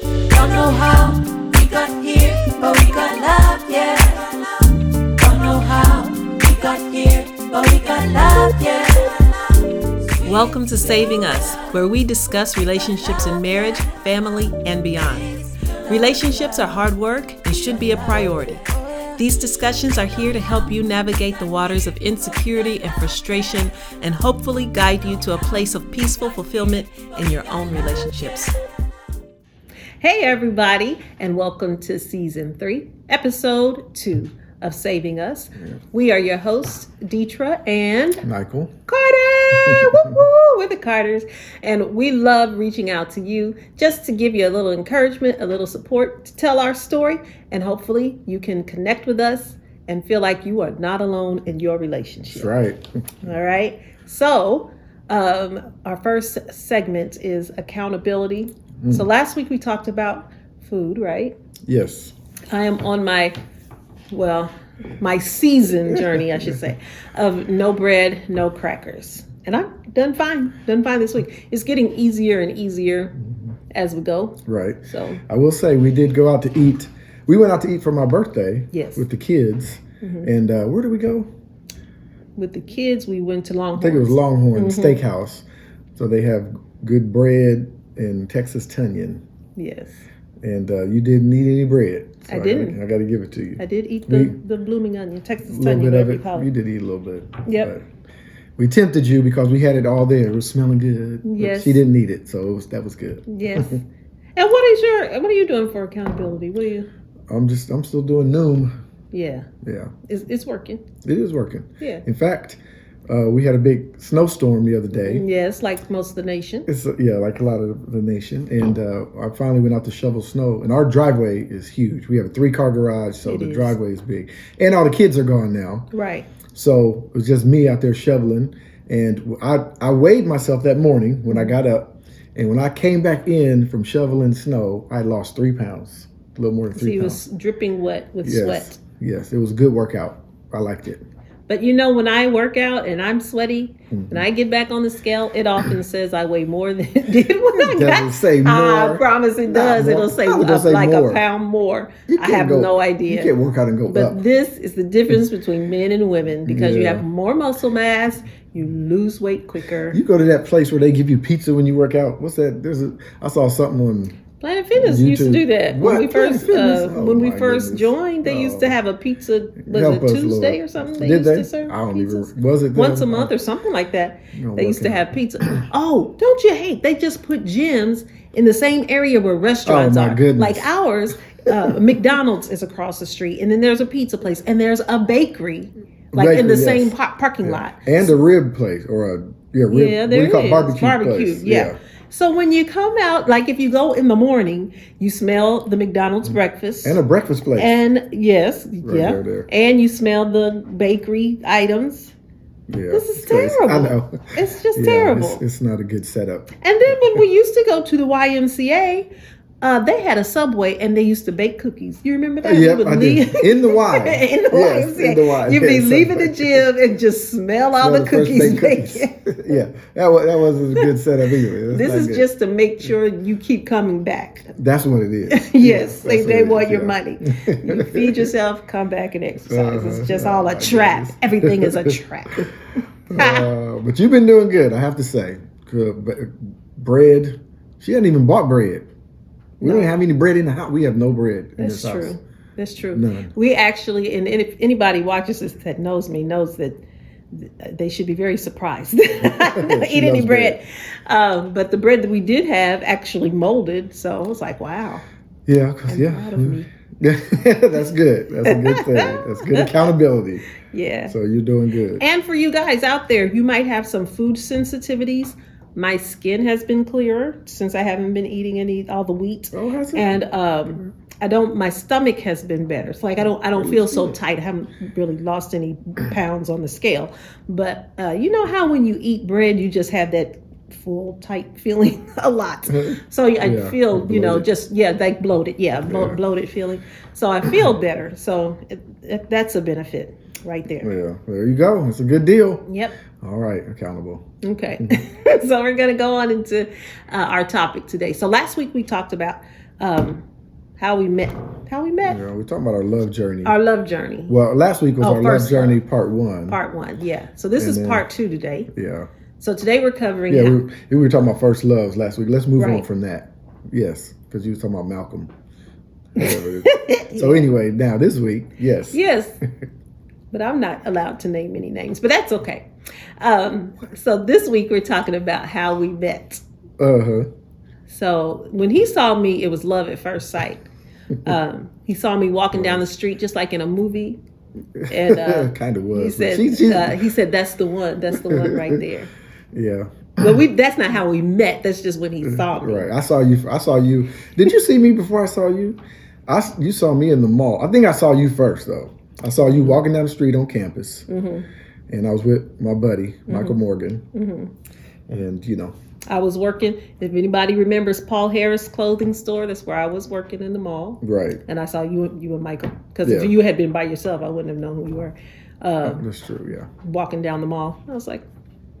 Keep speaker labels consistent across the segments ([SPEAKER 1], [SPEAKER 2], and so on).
[SPEAKER 1] Don't know how we got here, but we got love, yeah. Don't know how we got here, but we got love, yeah.
[SPEAKER 2] Welcome to Saving Us, where we discuss relationships in marriage, family, and beyond. Relationships are hard work and should be a priority. These discussions are here to help you navigate the waters of insecurity and frustration and hopefully guide you to a place of peaceful fulfillment in your own relationships. Hey, everybody, and welcome to season three, episode two of Saving Us. We are your hosts, Deetra and
[SPEAKER 3] Michael.
[SPEAKER 2] Carter! woo woo! We're the Carters. And we love reaching out to you just to give you a little encouragement, a little support to tell our story. And hopefully you can connect with us and feel like you are not alone in your relationship.
[SPEAKER 3] That's right.
[SPEAKER 2] All right. So, um, our first segment is accountability. So,
[SPEAKER 3] Mm.
[SPEAKER 2] last week we talked about food, right?
[SPEAKER 3] Yes.
[SPEAKER 2] I am on my, well, my season journey, I should say, of no bread, no crackers. And I'm done fine, done fine this week. It's getting easier and easier as we go.
[SPEAKER 3] Right.
[SPEAKER 2] So,
[SPEAKER 3] I will say we did go out to eat. We went out to eat for my birthday.
[SPEAKER 2] Yes. Mm-hmm.
[SPEAKER 3] With the kids. And uh, where did we go?
[SPEAKER 2] with the kids, we went to
[SPEAKER 3] I think it was
[SPEAKER 2] Longhorn.
[SPEAKER 3] Longhorn
[SPEAKER 2] Mm-hmm.
[SPEAKER 3] Steakhouse. So they have good bread and Texas Tunyon.
[SPEAKER 2] Yes.
[SPEAKER 3] And uh, you didn't need any bread. So
[SPEAKER 2] I
[SPEAKER 3] gotta-
[SPEAKER 2] didn't.
[SPEAKER 3] I got to give it to you.
[SPEAKER 2] I did eat the,
[SPEAKER 3] We-
[SPEAKER 2] the blooming onion, Texas
[SPEAKER 3] a little
[SPEAKER 2] onion,
[SPEAKER 3] bit of
[SPEAKER 2] whatever you
[SPEAKER 3] it.
[SPEAKER 2] call
[SPEAKER 3] You
[SPEAKER 2] it.
[SPEAKER 3] did eat a little bit.
[SPEAKER 2] Yep.
[SPEAKER 3] but We tempted you because we had it all there. It was smelling good. but
[SPEAKER 2] Yes.
[SPEAKER 3] She didn't need it, so it was, that was good.
[SPEAKER 2] Yes. and what is your what are you doing for accountability? What are you?
[SPEAKER 3] I'm just, I'm still doing Noom.
[SPEAKER 2] Yeah,
[SPEAKER 3] Yeah,
[SPEAKER 2] it's, it's working.
[SPEAKER 3] it is working.
[SPEAKER 2] Yeah.
[SPEAKER 3] In fact, uh, we had a big snowstorm the other day.
[SPEAKER 2] Yeah, it's like most of the nation.
[SPEAKER 3] It's uh, yeah, like a lot of the nation, and uh, I finally went out to shovel snow. And our driveway is huge. We have a three-car garage, so
[SPEAKER 2] It
[SPEAKER 3] the
[SPEAKER 2] is.
[SPEAKER 3] driveway is big. And all the kids are gone now,
[SPEAKER 2] Right.
[SPEAKER 3] so it was just me out there shoveling. And I I weighed myself that morning when I got up, and when I came back in from shoveling snow, I lost three pounds, a little more than
[SPEAKER 2] So
[SPEAKER 3] three
[SPEAKER 2] you
[SPEAKER 3] pounds.
[SPEAKER 2] was dripping wet with
[SPEAKER 3] yes,
[SPEAKER 2] sweat.
[SPEAKER 3] yes, it was a good workout. I liked it.
[SPEAKER 2] But you know, when I work out and I'm sweaty
[SPEAKER 3] Mm-hmm.
[SPEAKER 2] and I get back on the scale, it often says I weigh more than it did when I
[SPEAKER 3] It
[SPEAKER 2] got.
[SPEAKER 3] doesn't say
[SPEAKER 2] I
[SPEAKER 3] more.
[SPEAKER 2] promise it
[SPEAKER 3] Not
[SPEAKER 2] does.
[SPEAKER 3] more.
[SPEAKER 2] It'll say
[SPEAKER 3] How would it
[SPEAKER 2] up
[SPEAKER 3] say
[SPEAKER 2] like a
[SPEAKER 3] more?
[SPEAKER 2] pound more.
[SPEAKER 3] You
[SPEAKER 2] I
[SPEAKER 3] can't
[SPEAKER 2] have
[SPEAKER 3] go-
[SPEAKER 2] no
[SPEAKER 3] You
[SPEAKER 2] idea.
[SPEAKER 3] can't work out and go up.
[SPEAKER 2] But this is the difference between men and women because you
[SPEAKER 3] Yeah.
[SPEAKER 2] have more muscle mass, you lose weight quicker.
[SPEAKER 3] You go to that place where they give you pizza when you work out. What's that? There's a. I saw something on.
[SPEAKER 2] Planet Fitness used to
[SPEAKER 3] YouTube.
[SPEAKER 2] do that when
[SPEAKER 3] What?
[SPEAKER 2] we
[SPEAKER 3] Planet
[SPEAKER 2] first
[SPEAKER 3] Fitness?
[SPEAKER 2] uh,
[SPEAKER 3] Oh,
[SPEAKER 2] when we
[SPEAKER 3] my
[SPEAKER 2] first
[SPEAKER 3] goodness.
[SPEAKER 2] joined. They used to
[SPEAKER 3] No.
[SPEAKER 2] have a pizza was
[SPEAKER 3] Help
[SPEAKER 2] it
[SPEAKER 3] us,
[SPEAKER 2] Tuesday
[SPEAKER 3] Lord.
[SPEAKER 2] or something. They
[SPEAKER 3] Did
[SPEAKER 2] used
[SPEAKER 3] they?
[SPEAKER 2] to serve
[SPEAKER 3] I don't
[SPEAKER 2] pizzas
[SPEAKER 3] even. Was it there?
[SPEAKER 2] once a month or something like that.
[SPEAKER 3] You don't
[SPEAKER 2] They used to
[SPEAKER 3] work out.
[SPEAKER 2] have pizza. oh, don't you hate? They just put gyms in the same area where restaurants
[SPEAKER 3] Oh my
[SPEAKER 2] are,
[SPEAKER 3] goodness.
[SPEAKER 2] like ours. Uh, McDonald's is across the street, and then there's a pizza place, and there's a bakery, like in
[SPEAKER 3] Bakery,
[SPEAKER 2] the
[SPEAKER 3] yes.
[SPEAKER 2] same par- parking lot.
[SPEAKER 3] And a rib place or a yeah rib.
[SPEAKER 2] Yeah,
[SPEAKER 3] what
[SPEAKER 2] there
[SPEAKER 3] do you call
[SPEAKER 2] it
[SPEAKER 3] it?
[SPEAKER 2] is.
[SPEAKER 3] barbecue,
[SPEAKER 2] Barbecue,
[SPEAKER 3] place?
[SPEAKER 2] yeah. So when you come out, like if you go in the morning, you smell the McDonald's breakfast.
[SPEAKER 3] Mm-hmm. And a breakfast place.
[SPEAKER 2] And yes, yeah.
[SPEAKER 3] there, there.
[SPEAKER 2] And you smell the bakery items.
[SPEAKER 3] yeah,
[SPEAKER 2] this is
[SPEAKER 3] it's crazy. I
[SPEAKER 2] terrible.
[SPEAKER 3] know.
[SPEAKER 2] It's just
[SPEAKER 3] Yeah,
[SPEAKER 2] terrible.
[SPEAKER 3] It's, it's not a good setup.
[SPEAKER 2] And then when we used to go to the YMCA, uh, they had a subway and they used to bake cookies. You remember that? We
[SPEAKER 3] Yep,
[SPEAKER 2] would
[SPEAKER 3] I
[SPEAKER 2] leave-
[SPEAKER 3] did. In the Y.
[SPEAKER 2] in the
[SPEAKER 3] Yes,
[SPEAKER 2] YMCA.
[SPEAKER 3] in the Y.
[SPEAKER 2] You'd be
[SPEAKER 3] Yes,
[SPEAKER 2] leaving the
[SPEAKER 3] subway.
[SPEAKER 2] gym and just smell all
[SPEAKER 3] Well,
[SPEAKER 2] the
[SPEAKER 3] first
[SPEAKER 2] cookies
[SPEAKER 3] baked
[SPEAKER 2] baking.
[SPEAKER 3] cookies. yeah, that was, that wasn't a good setup either. That's
[SPEAKER 2] This
[SPEAKER 3] not
[SPEAKER 2] is
[SPEAKER 3] good.
[SPEAKER 2] just to make sure you keep coming back.
[SPEAKER 3] That's what it is.
[SPEAKER 2] Yes, they,
[SPEAKER 3] that's
[SPEAKER 2] they
[SPEAKER 3] what it
[SPEAKER 2] want
[SPEAKER 3] is,
[SPEAKER 2] your
[SPEAKER 3] yeah.
[SPEAKER 2] money. You feed yourself, come back and exercise. It's just all a
[SPEAKER 3] Uh,
[SPEAKER 2] trap.
[SPEAKER 3] yes.
[SPEAKER 2] Everything is a trap.
[SPEAKER 3] Uh, but you've been doing good, I have to say. Uh, b- Bread. She hadn't even bought bread. We don't have any bread in the house. We have no bread in
[SPEAKER 2] That's
[SPEAKER 3] this house.
[SPEAKER 2] true. That's true.
[SPEAKER 3] None.
[SPEAKER 2] We actually, and and if anybody watches this that knows me knows that they should be very surprised.
[SPEAKER 3] She
[SPEAKER 2] Eat any
[SPEAKER 3] loves
[SPEAKER 2] bread.
[SPEAKER 3] bread.
[SPEAKER 2] Um, but the bread that we did have actually molded. So I was like, wow.
[SPEAKER 3] Yeah, 'cause-
[SPEAKER 2] I'm
[SPEAKER 3] yeah.
[SPEAKER 2] proud of me.
[SPEAKER 3] That's good. That's a good thing. That's good accountability.
[SPEAKER 2] Yeah.
[SPEAKER 3] So you're doing good.
[SPEAKER 2] And for you guys out there, you might have some food sensitivities. My skin has been clearer since I haven't been eating any all the wheat.
[SPEAKER 3] Oh, has it?
[SPEAKER 2] and um I don't. My stomach has been better. It's like I don't. I don't feel so tight. I haven't really lost any pounds on the scale. But uh, you know how when you eat bread, you just have that full tight feeling a lot. So I
[SPEAKER 3] Mm-hmm. Yeah,
[SPEAKER 2] feel, you know,
[SPEAKER 3] bloated.
[SPEAKER 2] just yeah, like bloated. Yeah, blo-
[SPEAKER 3] Yeah.
[SPEAKER 2] bloated feeling. So I feel better. So it, it, that's a benefit right there.
[SPEAKER 3] yeah, there you go. It's a good deal.
[SPEAKER 2] Yep.
[SPEAKER 3] All right, accountable.
[SPEAKER 2] Okay. so we're going to go on into uh, our topic today. So last week we talked about um, how we met. How we met.
[SPEAKER 3] You know, we're talking about our love journey.
[SPEAKER 2] Our love journey.
[SPEAKER 3] well, last week was
[SPEAKER 2] Oh,
[SPEAKER 3] our love
[SPEAKER 2] first love.
[SPEAKER 3] journey part one.
[SPEAKER 2] Part one. Yeah. So this
[SPEAKER 3] And
[SPEAKER 2] is
[SPEAKER 3] then-
[SPEAKER 2] part two today.
[SPEAKER 3] yeah.
[SPEAKER 2] So today we're covering.
[SPEAKER 3] Yeah,
[SPEAKER 2] how-
[SPEAKER 3] we were, we were talking about first loves last week. Let's move on
[SPEAKER 2] Right.
[SPEAKER 3] from that. Yes, because you were talking about Malcolm. Whatever it is. so anyway, now this week, yes.
[SPEAKER 2] Yes. but I'm not allowed to name any names, but that's okay. Um, so this week we're talking about how we met.
[SPEAKER 3] Uh huh.
[SPEAKER 2] So when he saw me, it was love at first sight. Um, he saw me walking down the street just like in a movie. And uh,
[SPEAKER 3] kind of
[SPEAKER 2] he
[SPEAKER 3] was.
[SPEAKER 2] said,
[SPEAKER 3] but she- she-
[SPEAKER 2] uh, he said, that's the one. That's the one right there.
[SPEAKER 3] yeah.
[SPEAKER 2] But we that's not how we met. That's just when he saw me.
[SPEAKER 3] Right. I saw you. I saw you. Did you see me before I saw you? I s- you saw me in the mall. I think I saw you first though. I saw
[SPEAKER 2] Mm-hmm.
[SPEAKER 3] you walking down the street on campus, and I was with my buddy Michael
[SPEAKER 2] Mm-hmm.
[SPEAKER 3] Morgan, and you know,
[SPEAKER 2] I was working, if anybody remembers Paul Harris clothing store, that's where I was working in the mall.
[SPEAKER 3] right.
[SPEAKER 2] and I saw you, you and Michael. Because
[SPEAKER 3] Yeah.
[SPEAKER 2] if you had been by yourself, I wouldn't have known who you were. Uh,
[SPEAKER 3] That's true. Yeah.
[SPEAKER 2] walking down the mall, I was like,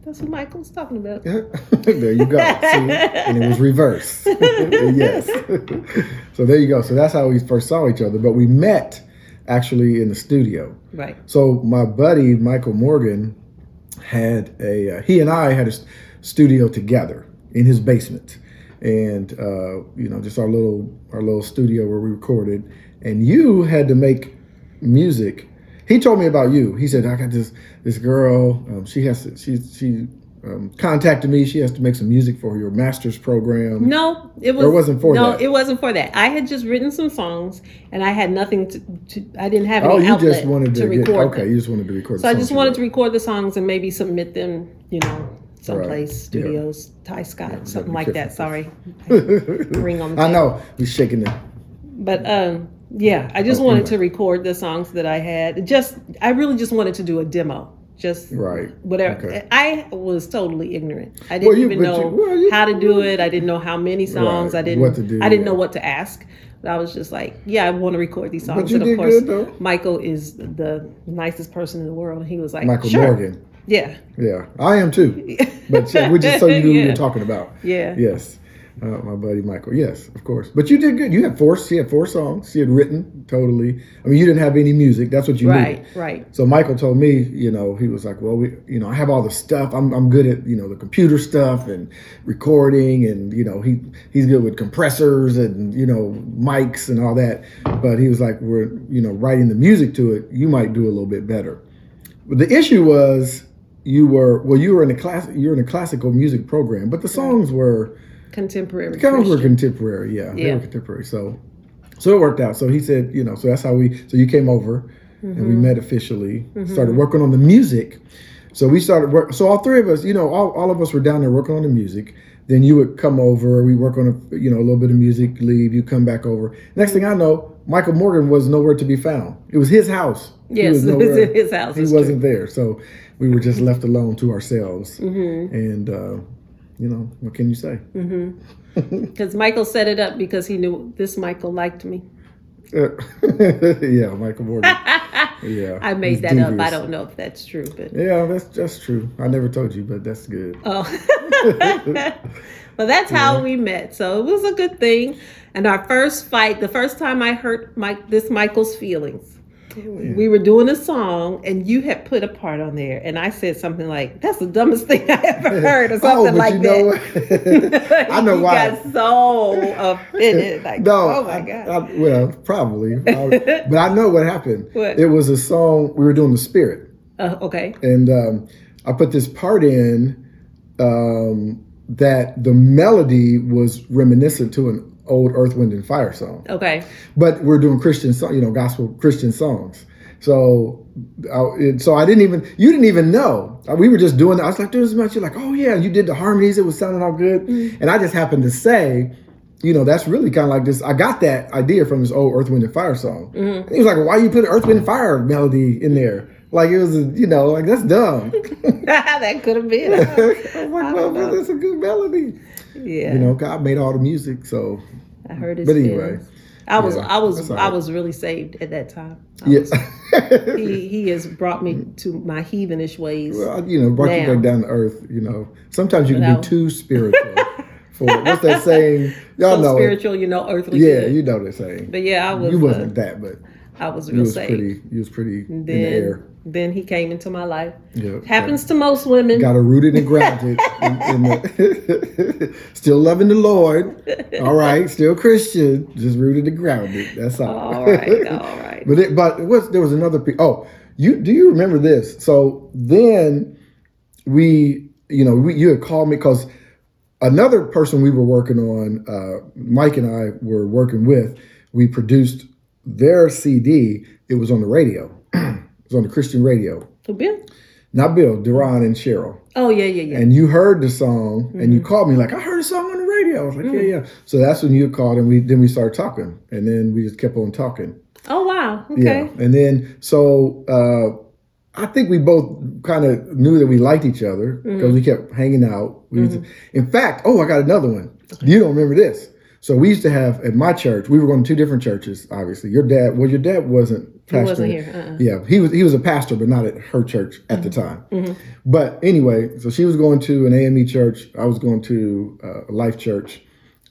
[SPEAKER 2] "That's who Michael's talking about."
[SPEAKER 3] there you go. See? And it was reversed. yes. so there you go. So that's how we first saw each other. But we met actually in the studio.
[SPEAKER 2] Right.
[SPEAKER 3] So my buddy Michael Morgan had a uh, he and I had a st- studio together in his basement, and uh, you know just our little our little studio where we recorded. And you had to make music. He told me about you. He said I got this this girl. Um, she has to, she she um, contacted me. She has to make some music for your master's program.
[SPEAKER 2] No, it was.
[SPEAKER 3] Or it wasn't for
[SPEAKER 2] no,
[SPEAKER 3] that.
[SPEAKER 2] it wasn't for that. I had just written some songs, and I had nothing to. to I didn't have any
[SPEAKER 3] oh, you
[SPEAKER 2] outlet
[SPEAKER 3] just wanted to, get,
[SPEAKER 2] record.
[SPEAKER 3] okay.
[SPEAKER 2] them.
[SPEAKER 3] You just wanted to record.
[SPEAKER 2] So I just wanted to record the songs and maybe submit them. You know. Someplace,
[SPEAKER 3] Right.
[SPEAKER 2] studios, Ty Scott, something like that. Sorry,
[SPEAKER 3] to.
[SPEAKER 2] ring on the
[SPEAKER 3] I know we're shaking it.
[SPEAKER 2] But um, yeah, I just
[SPEAKER 3] Oh,
[SPEAKER 2] wanted
[SPEAKER 3] anyway.
[SPEAKER 2] to record the songs that I had. Just I really just wanted to do a demo. Just
[SPEAKER 3] Right.
[SPEAKER 2] whatever.
[SPEAKER 3] Okay.
[SPEAKER 2] I was totally ignorant. I didn't
[SPEAKER 3] Well, you-
[SPEAKER 2] even
[SPEAKER 3] but
[SPEAKER 2] know
[SPEAKER 3] you- well, you-
[SPEAKER 2] how to do it. I didn't know how many songs. I
[SPEAKER 3] Right,
[SPEAKER 2] didn't
[SPEAKER 3] what to do,
[SPEAKER 2] I didn't know
[SPEAKER 3] yeah.
[SPEAKER 2] what to ask. But I was just like, yeah, I want to record these songs.
[SPEAKER 3] you
[SPEAKER 2] and
[SPEAKER 3] did
[SPEAKER 2] of course,
[SPEAKER 3] good, though.
[SPEAKER 2] Michael is the nicest person in the world. And he was like,
[SPEAKER 3] Michael
[SPEAKER 2] sure.
[SPEAKER 3] Morgan.
[SPEAKER 2] Yeah.
[SPEAKER 3] Yeah, I am too. But yeah, we just so you knew what we
[SPEAKER 2] Yeah.
[SPEAKER 3] were talking about.
[SPEAKER 2] Yeah.
[SPEAKER 3] Yes, uh, my buddy Michael. Yes, of course. But you did good. You had four. She had four songs. She had written totally. I mean, you didn't have any music. That's what you
[SPEAKER 2] Right,
[SPEAKER 3] needed.
[SPEAKER 2] right.
[SPEAKER 3] So Michael told me, you know, he was like, "Well, we, you know, I have all the stuff. I'm, I'm good at, you know, the computer stuff and recording, and you know, he he's good with compressors and you know mics and all that. But he was like, we're, you know, writing the music to it. You might do a little bit better. But the issue was you were well, you were in a class, you're in a classical music program, but the songs were
[SPEAKER 2] Contemporary.
[SPEAKER 3] songs were
[SPEAKER 2] Christian.
[SPEAKER 3] contemporary. Yeah, they
[SPEAKER 2] Yeah.
[SPEAKER 3] were contemporary. So, so it worked out. So he said, you know, so that's how we. So you came over, and we
[SPEAKER 2] Mm-hmm.
[SPEAKER 3] met officially. Started working on the music. So we started work. So all three of us, you know, all, all of us were down there working on the music. Then you would come over. We work on a, you know, a little bit of music. Leave. You come back over. Next thing I know, Michael Morgan was nowhere to be found. It was his house. He
[SPEAKER 2] Yes,
[SPEAKER 3] was
[SPEAKER 2] it was
[SPEAKER 3] nowhere
[SPEAKER 2] in his house.
[SPEAKER 3] he
[SPEAKER 2] It's
[SPEAKER 3] wasn't there, so we were just left alone to ourselves.
[SPEAKER 2] Mm-hmm.
[SPEAKER 3] And uh, you know, what can you say?
[SPEAKER 2] Because Michael set it up because he knew this Michael liked me.
[SPEAKER 3] Uh, yeah, Michael Morgan. yeah,
[SPEAKER 2] I made
[SPEAKER 3] he's
[SPEAKER 2] that up. I
[SPEAKER 3] devious.
[SPEAKER 2] don't know if that's true, but
[SPEAKER 3] Yeah, that's that's true. I never told you, but that's good.
[SPEAKER 2] oh. well, that's how we met. So it was a good thing. And our first fight, the first time I hurt Mike, this Michael's feelings,
[SPEAKER 3] Oh,
[SPEAKER 2] we were doing a song, and you had put a part on there, and I said something like, "That's the dumbest thing I ever heard,"
[SPEAKER 3] Oh,
[SPEAKER 2] or something like that.
[SPEAKER 3] what? I know
[SPEAKER 2] you
[SPEAKER 3] why.
[SPEAKER 2] Got so offended. Like, oh my
[SPEAKER 3] I-
[SPEAKER 2] god.
[SPEAKER 3] I- well, probably, I- but I know what happened.
[SPEAKER 2] What?
[SPEAKER 3] It was a song we were doing, the Spirit.
[SPEAKER 2] uh, okay.
[SPEAKER 3] and um, I put this part in um, that the melody was reminiscent to an old Earth, Wind, and Fire song.
[SPEAKER 2] Okay.
[SPEAKER 3] But we're doing Christian song, you know, gospel Christian songs. So, I, it, so I didn't even you didn't even know Uh, we were just doing. I was like, doing this much. You're like, oh yeah, you did the harmonies. It was sounding all good,
[SPEAKER 2] Mm-hmm.
[SPEAKER 3] and I just happened to say. You know, that's really kind of like this. I got that idea from this old Earth, Wind, and Fire song.
[SPEAKER 2] Mm-hmm.
[SPEAKER 3] And he was like, why you put an Earth, Wind, and Fire melody in there? Like, it was, a, you know, like, that's dumb.
[SPEAKER 2] that could have been.
[SPEAKER 3] I'm like,
[SPEAKER 2] don't
[SPEAKER 3] well,
[SPEAKER 2] know.
[SPEAKER 3] that's a good melody.
[SPEAKER 2] Yeah.
[SPEAKER 3] You know, God made all the music, so
[SPEAKER 2] I heard his
[SPEAKER 3] But anyway,
[SPEAKER 2] feelings. I was
[SPEAKER 3] yeah,
[SPEAKER 2] I was
[SPEAKER 3] that's all
[SPEAKER 2] I
[SPEAKER 3] right.
[SPEAKER 2] was really saved at that time. I
[SPEAKER 3] yes.
[SPEAKER 2] was- he he has brought me
[SPEAKER 3] Mm.
[SPEAKER 2] to my heathenish ways.
[SPEAKER 3] well, you know, brought you
[SPEAKER 2] Now.
[SPEAKER 3] back down to earth. You know, sometimes you can
[SPEAKER 2] Now.
[SPEAKER 3] be too spiritual for what's that saying? Y'all
[SPEAKER 2] so
[SPEAKER 3] know it.
[SPEAKER 2] spiritual, you know, earthly.
[SPEAKER 3] Yeah,
[SPEAKER 2] good.
[SPEAKER 3] you know that saying.
[SPEAKER 2] but yeah, I was.
[SPEAKER 3] you
[SPEAKER 2] uh,
[SPEAKER 3] wasn't that, but
[SPEAKER 2] I was
[SPEAKER 3] you
[SPEAKER 2] real
[SPEAKER 3] was
[SPEAKER 2] saved.
[SPEAKER 3] pretty. You was pretty in the
[SPEAKER 2] Then,
[SPEAKER 3] air.
[SPEAKER 2] then he came into my life.
[SPEAKER 3] Yeah,
[SPEAKER 2] Happens to most women.
[SPEAKER 3] Got her rooted and grounded. in, in the, still loving the Lord. All right, still Christian. Just rooted and grounded. That's all.
[SPEAKER 2] All right, all right.
[SPEAKER 3] But it, but what's there was another pe- oh you do you remember this? So then we you know we, you had called me because another person we were working on uh, Mike and I were working with we produced their CD. It was on the radio. it was on the Christian radio.
[SPEAKER 2] Who, Bill?
[SPEAKER 3] Not Bill, Duran and Cheryl.
[SPEAKER 2] Oh yeah, yeah, yeah.
[SPEAKER 3] And you heard the song and you called me like I heard a song on the radio. I was like yeah yeah. So that's when you called and we then we started talking and then we just kept on talking.
[SPEAKER 2] oh wow. Okay.
[SPEAKER 3] Yeah. And then so uh, I think we both kind of knew that we liked each other
[SPEAKER 2] Mm-hmm.
[SPEAKER 3] because we kept hanging out. We used to- in fact, oh, I got another one. You don't remember this. So we used to have at my church. We were going to two different churches. Obviously, your dad. Well, your dad wasn't. Pastoring.
[SPEAKER 2] wasn't here, uh-uh.
[SPEAKER 3] Yeah, he was. He was a pastor, but not at her church at
[SPEAKER 2] Mm-hmm.
[SPEAKER 3] the time. But anyway, so she was going to an AME church. I was going to uh, a Life Church,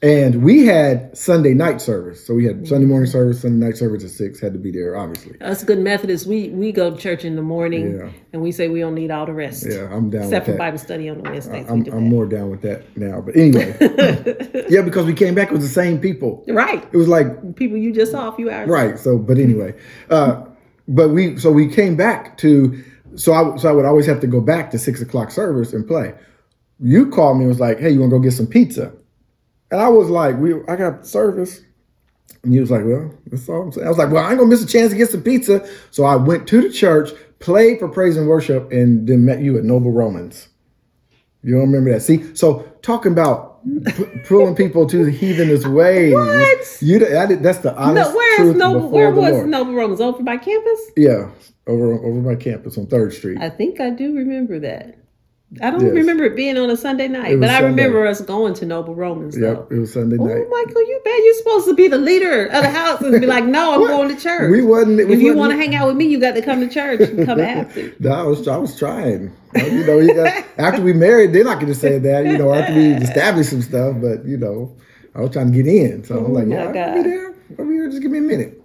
[SPEAKER 3] and we had Sunday night service. So we
[SPEAKER 2] Mm-hmm.
[SPEAKER 3] had Sunday morning service, Sunday night service at six. Had to be there, obviously.
[SPEAKER 2] Us good Methodists, we we go to church in the morning,
[SPEAKER 3] Yeah.
[SPEAKER 2] and we say we don't need all the rest.
[SPEAKER 3] Yeah, I'm down
[SPEAKER 2] Except for
[SPEAKER 3] with that. Uh,
[SPEAKER 2] Bible study on the Wednesdays. we
[SPEAKER 3] I'm,
[SPEAKER 2] do
[SPEAKER 3] I'm
[SPEAKER 2] that.
[SPEAKER 3] more down with that now. But anyway, yeah, because we came back with the same people.
[SPEAKER 2] Right.
[SPEAKER 3] It was like
[SPEAKER 2] People you just saw a few hours.
[SPEAKER 3] right. So, but anyway, uh, but we so we came back to so I so I would always have to go back to six o'clock service and play. You called me and was like, "Hey, you want to go get some pizza?" And I was like, "We I got service." And he was like, Well, that's all I'm saying. I was like, Well, I ain't gonna miss a chance to get some pizza. So I went to the church, played for praise and worship, and then met you at Noble Romans. You don't remember that. See, so talking about p- pulling people to the heathenist ways.
[SPEAKER 2] What?
[SPEAKER 3] You d- I did, that's the
[SPEAKER 2] No,
[SPEAKER 3] honest
[SPEAKER 2] where is
[SPEAKER 3] truth
[SPEAKER 2] Noble?
[SPEAKER 3] before
[SPEAKER 2] Where
[SPEAKER 3] the
[SPEAKER 2] was
[SPEAKER 3] Lord.
[SPEAKER 2] Noble Romans over by campus?
[SPEAKER 3] Yeah, over over by campus on Third Street.
[SPEAKER 2] I think I do remember that. I don't
[SPEAKER 3] Yes.
[SPEAKER 2] remember it being on a Sunday night,
[SPEAKER 3] was
[SPEAKER 2] but I
[SPEAKER 3] Sunday.
[SPEAKER 2] remember us going to Noble Romans.
[SPEAKER 3] yep, it was Sunday
[SPEAKER 2] Though.
[SPEAKER 3] night.
[SPEAKER 2] Oh, Michael, you bad. You're supposed to be the leader of the house and be like, "No, I'm
[SPEAKER 3] What?
[SPEAKER 2] going to church."
[SPEAKER 3] We wasn't.
[SPEAKER 2] if you want to hang out with me, you got to come to church and come after.
[SPEAKER 3] No, I was I was trying. You know, you got, after we married, then I could have said that. You know, after we established some stuff, but you know, I was trying to get in, so I'm like,
[SPEAKER 2] Oh my
[SPEAKER 3] yeah, I'll
[SPEAKER 2] God.
[SPEAKER 3] be there. I'll be there. Just give me a minute.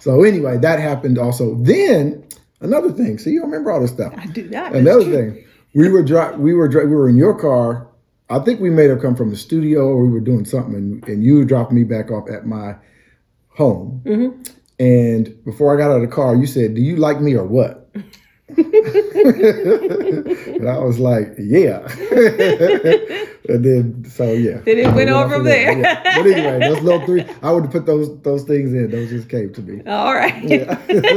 [SPEAKER 3] So anyway, that happened. Also, then another thing. See, you remember all this stuff.
[SPEAKER 2] I do not.
[SPEAKER 3] Another thing, we were dri- we were dri- we were in your car. I think we may have come from the studio or we were doing something, and, and you dropped me back off at my home.
[SPEAKER 2] Mm-hmm.
[SPEAKER 3] And before I got out of the car, you said, "Do you like me or what?" and I was like, "Yeah." and then so yeah.
[SPEAKER 2] Then it went on from there.
[SPEAKER 3] Yeah. But anyway, those little three, I would put those those things in. Those just came to me.
[SPEAKER 2] All right.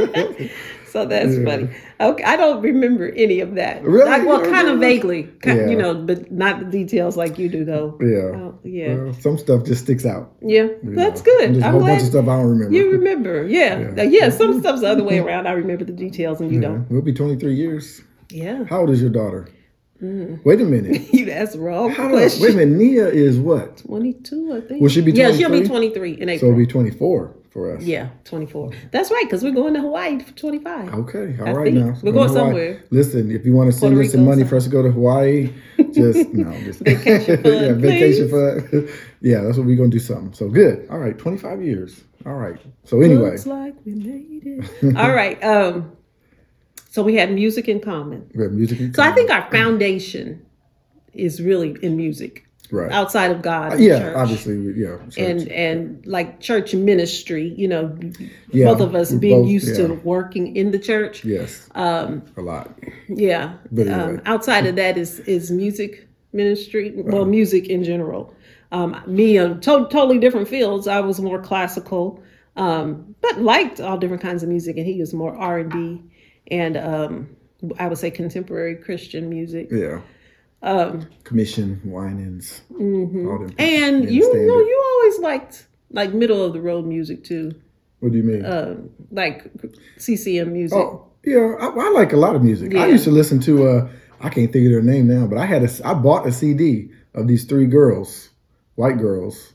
[SPEAKER 2] so that's funny. Okay, I don't remember any of that.
[SPEAKER 3] Really?
[SPEAKER 2] Like, well,
[SPEAKER 3] You don't
[SPEAKER 2] kind of
[SPEAKER 3] remember?
[SPEAKER 2] vaguely, ki-
[SPEAKER 3] Yeah.
[SPEAKER 2] you know, but not the details like you do, though.
[SPEAKER 3] Yeah.
[SPEAKER 2] Oh, yeah.
[SPEAKER 3] Well, some stuff just sticks out.
[SPEAKER 2] Yeah,
[SPEAKER 3] you
[SPEAKER 2] that's
[SPEAKER 3] know.
[SPEAKER 2] good.
[SPEAKER 3] There's a
[SPEAKER 2] I'm
[SPEAKER 3] whole bunch
[SPEAKER 2] glad
[SPEAKER 3] of stuff I don't remember.
[SPEAKER 2] you remember. Yeah.
[SPEAKER 3] Yeah.
[SPEAKER 2] yeah, Some stuff's the other way around. I remember the details, and you
[SPEAKER 3] Yeah,
[SPEAKER 2] don't.
[SPEAKER 3] We'll be 23 years.
[SPEAKER 2] Yeah,
[SPEAKER 3] How old is your daughter? Wait a minute.
[SPEAKER 2] you that's wrong
[SPEAKER 3] How old, wait a
[SPEAKER 2] Mm. question.
[SPEAKER 3] minute. Nia is what?
[SPEAKER 2] Twenty-two, I think.
[SPEAKER 3] Will she be
[SPEAKER 2] Yeah, she'll be
[SPEAKER 3] 23?
[SPEAKER 2] twenty-three in
[SPEAKER 3] So
[SPEAKER 2] April.
[SPEAKER 3] it'll be 24 for us.
[SPEAKER 2] yeah, twenty-four. That's right, because we're going to Hawaii for twenty-five.
[SPEAKER 3] Okay. All
[SPEAKER 2] I
[SPEAKER 3] right
[SPEAKER 2] think.
[SPEAKER 3] now.
[SPEAKER 2] We're
[SPEAKER 3] Go
[SPEAKER 2] going
[SPEAKER 3] to Hawaii.
[SPEAKER 2] somewhere.
[SPEAKER 3] Listen, if you want to send
[SPEAKER 2] Puerto
[SPEAKER 3] us some
[SPEAKER 2] Rico,
[SPEAKER 3] money for us to go to Hawaii, just no, just
[SPEAKER 2] Vacation fund,
[SPEAKER 3] yeah, vacation
[SPEAKER 2] please.
[SPEAKER 3] fund. yeah, that's what we're gonna do something. So good. All right, 25 years. All right. So anyway,
[SPEAKER 2] Looks like we made it. All right. Um, so we had music in common.
[SPEAKER 3] we have music. in
[SPEAKER 2] So I
[SPEAKER 3] common.
[SPEAKER 2] think our foundation is really in music
[SPEAKER 3] right.
[SPEAKER 2] outside of God. and
[SPEAKER 3] yeah,
[SPEAKER 2] church.
[SPEAKER 3] obviously, we- yeah. church.
[SPEAKER 2] And and like church ministry, you know,
[SPEAKER 3] Yeah,
[SPEAKER 2] both of us
[SPEAKER 3] we
[SPEAKER 2] being
[SPEAKER 3] both-
[SPEAKER 2] used to
[SPEAKER 3] yeah.
[SPEAKER 2] working in the church.
[SPEAKER 3] yes,
[SPEAKER 2] Um,
[SPEAKER 3] a lot.
[SPEAKER 2] yeah.
[SPEAKER 3] But anyway.
[SPEAKER 2] Um, outside of that is is music ministry. Well, music in general. Um, me, uh, to- totally different fields. I was more classical, um, but liked all different kinds of music, and he was more R and B, and um, I would say contemporary Christian music.
[SPEAKER 3] Yeah.
[SPEAKER 2] Um,
[SPEAKER 3] Commission, whinings, all them.
[SPEAKER 2] Mm-hmm. and
[SPEAKER 3] Oh,
[SPEAKER 2] you,
[SPEAKER 3] Yeah,
[SPEAKER 2] you, know,
[SPEAKER 3] standard.
[SPEAKER 2] you always liked like middle of the road music too,
[SPEAKER 3] What do you mean?
[SPEAKER 2] um, like CCM music.
[SPEAKER 3] Oh, yeah. I, I like a lot of music. I
[SPEAKER 2] Yeah.
[SPEAKER 3] used to listen to. Uh, I can't think of their name now, but I had a. I bought a CD of these three girls, white girls,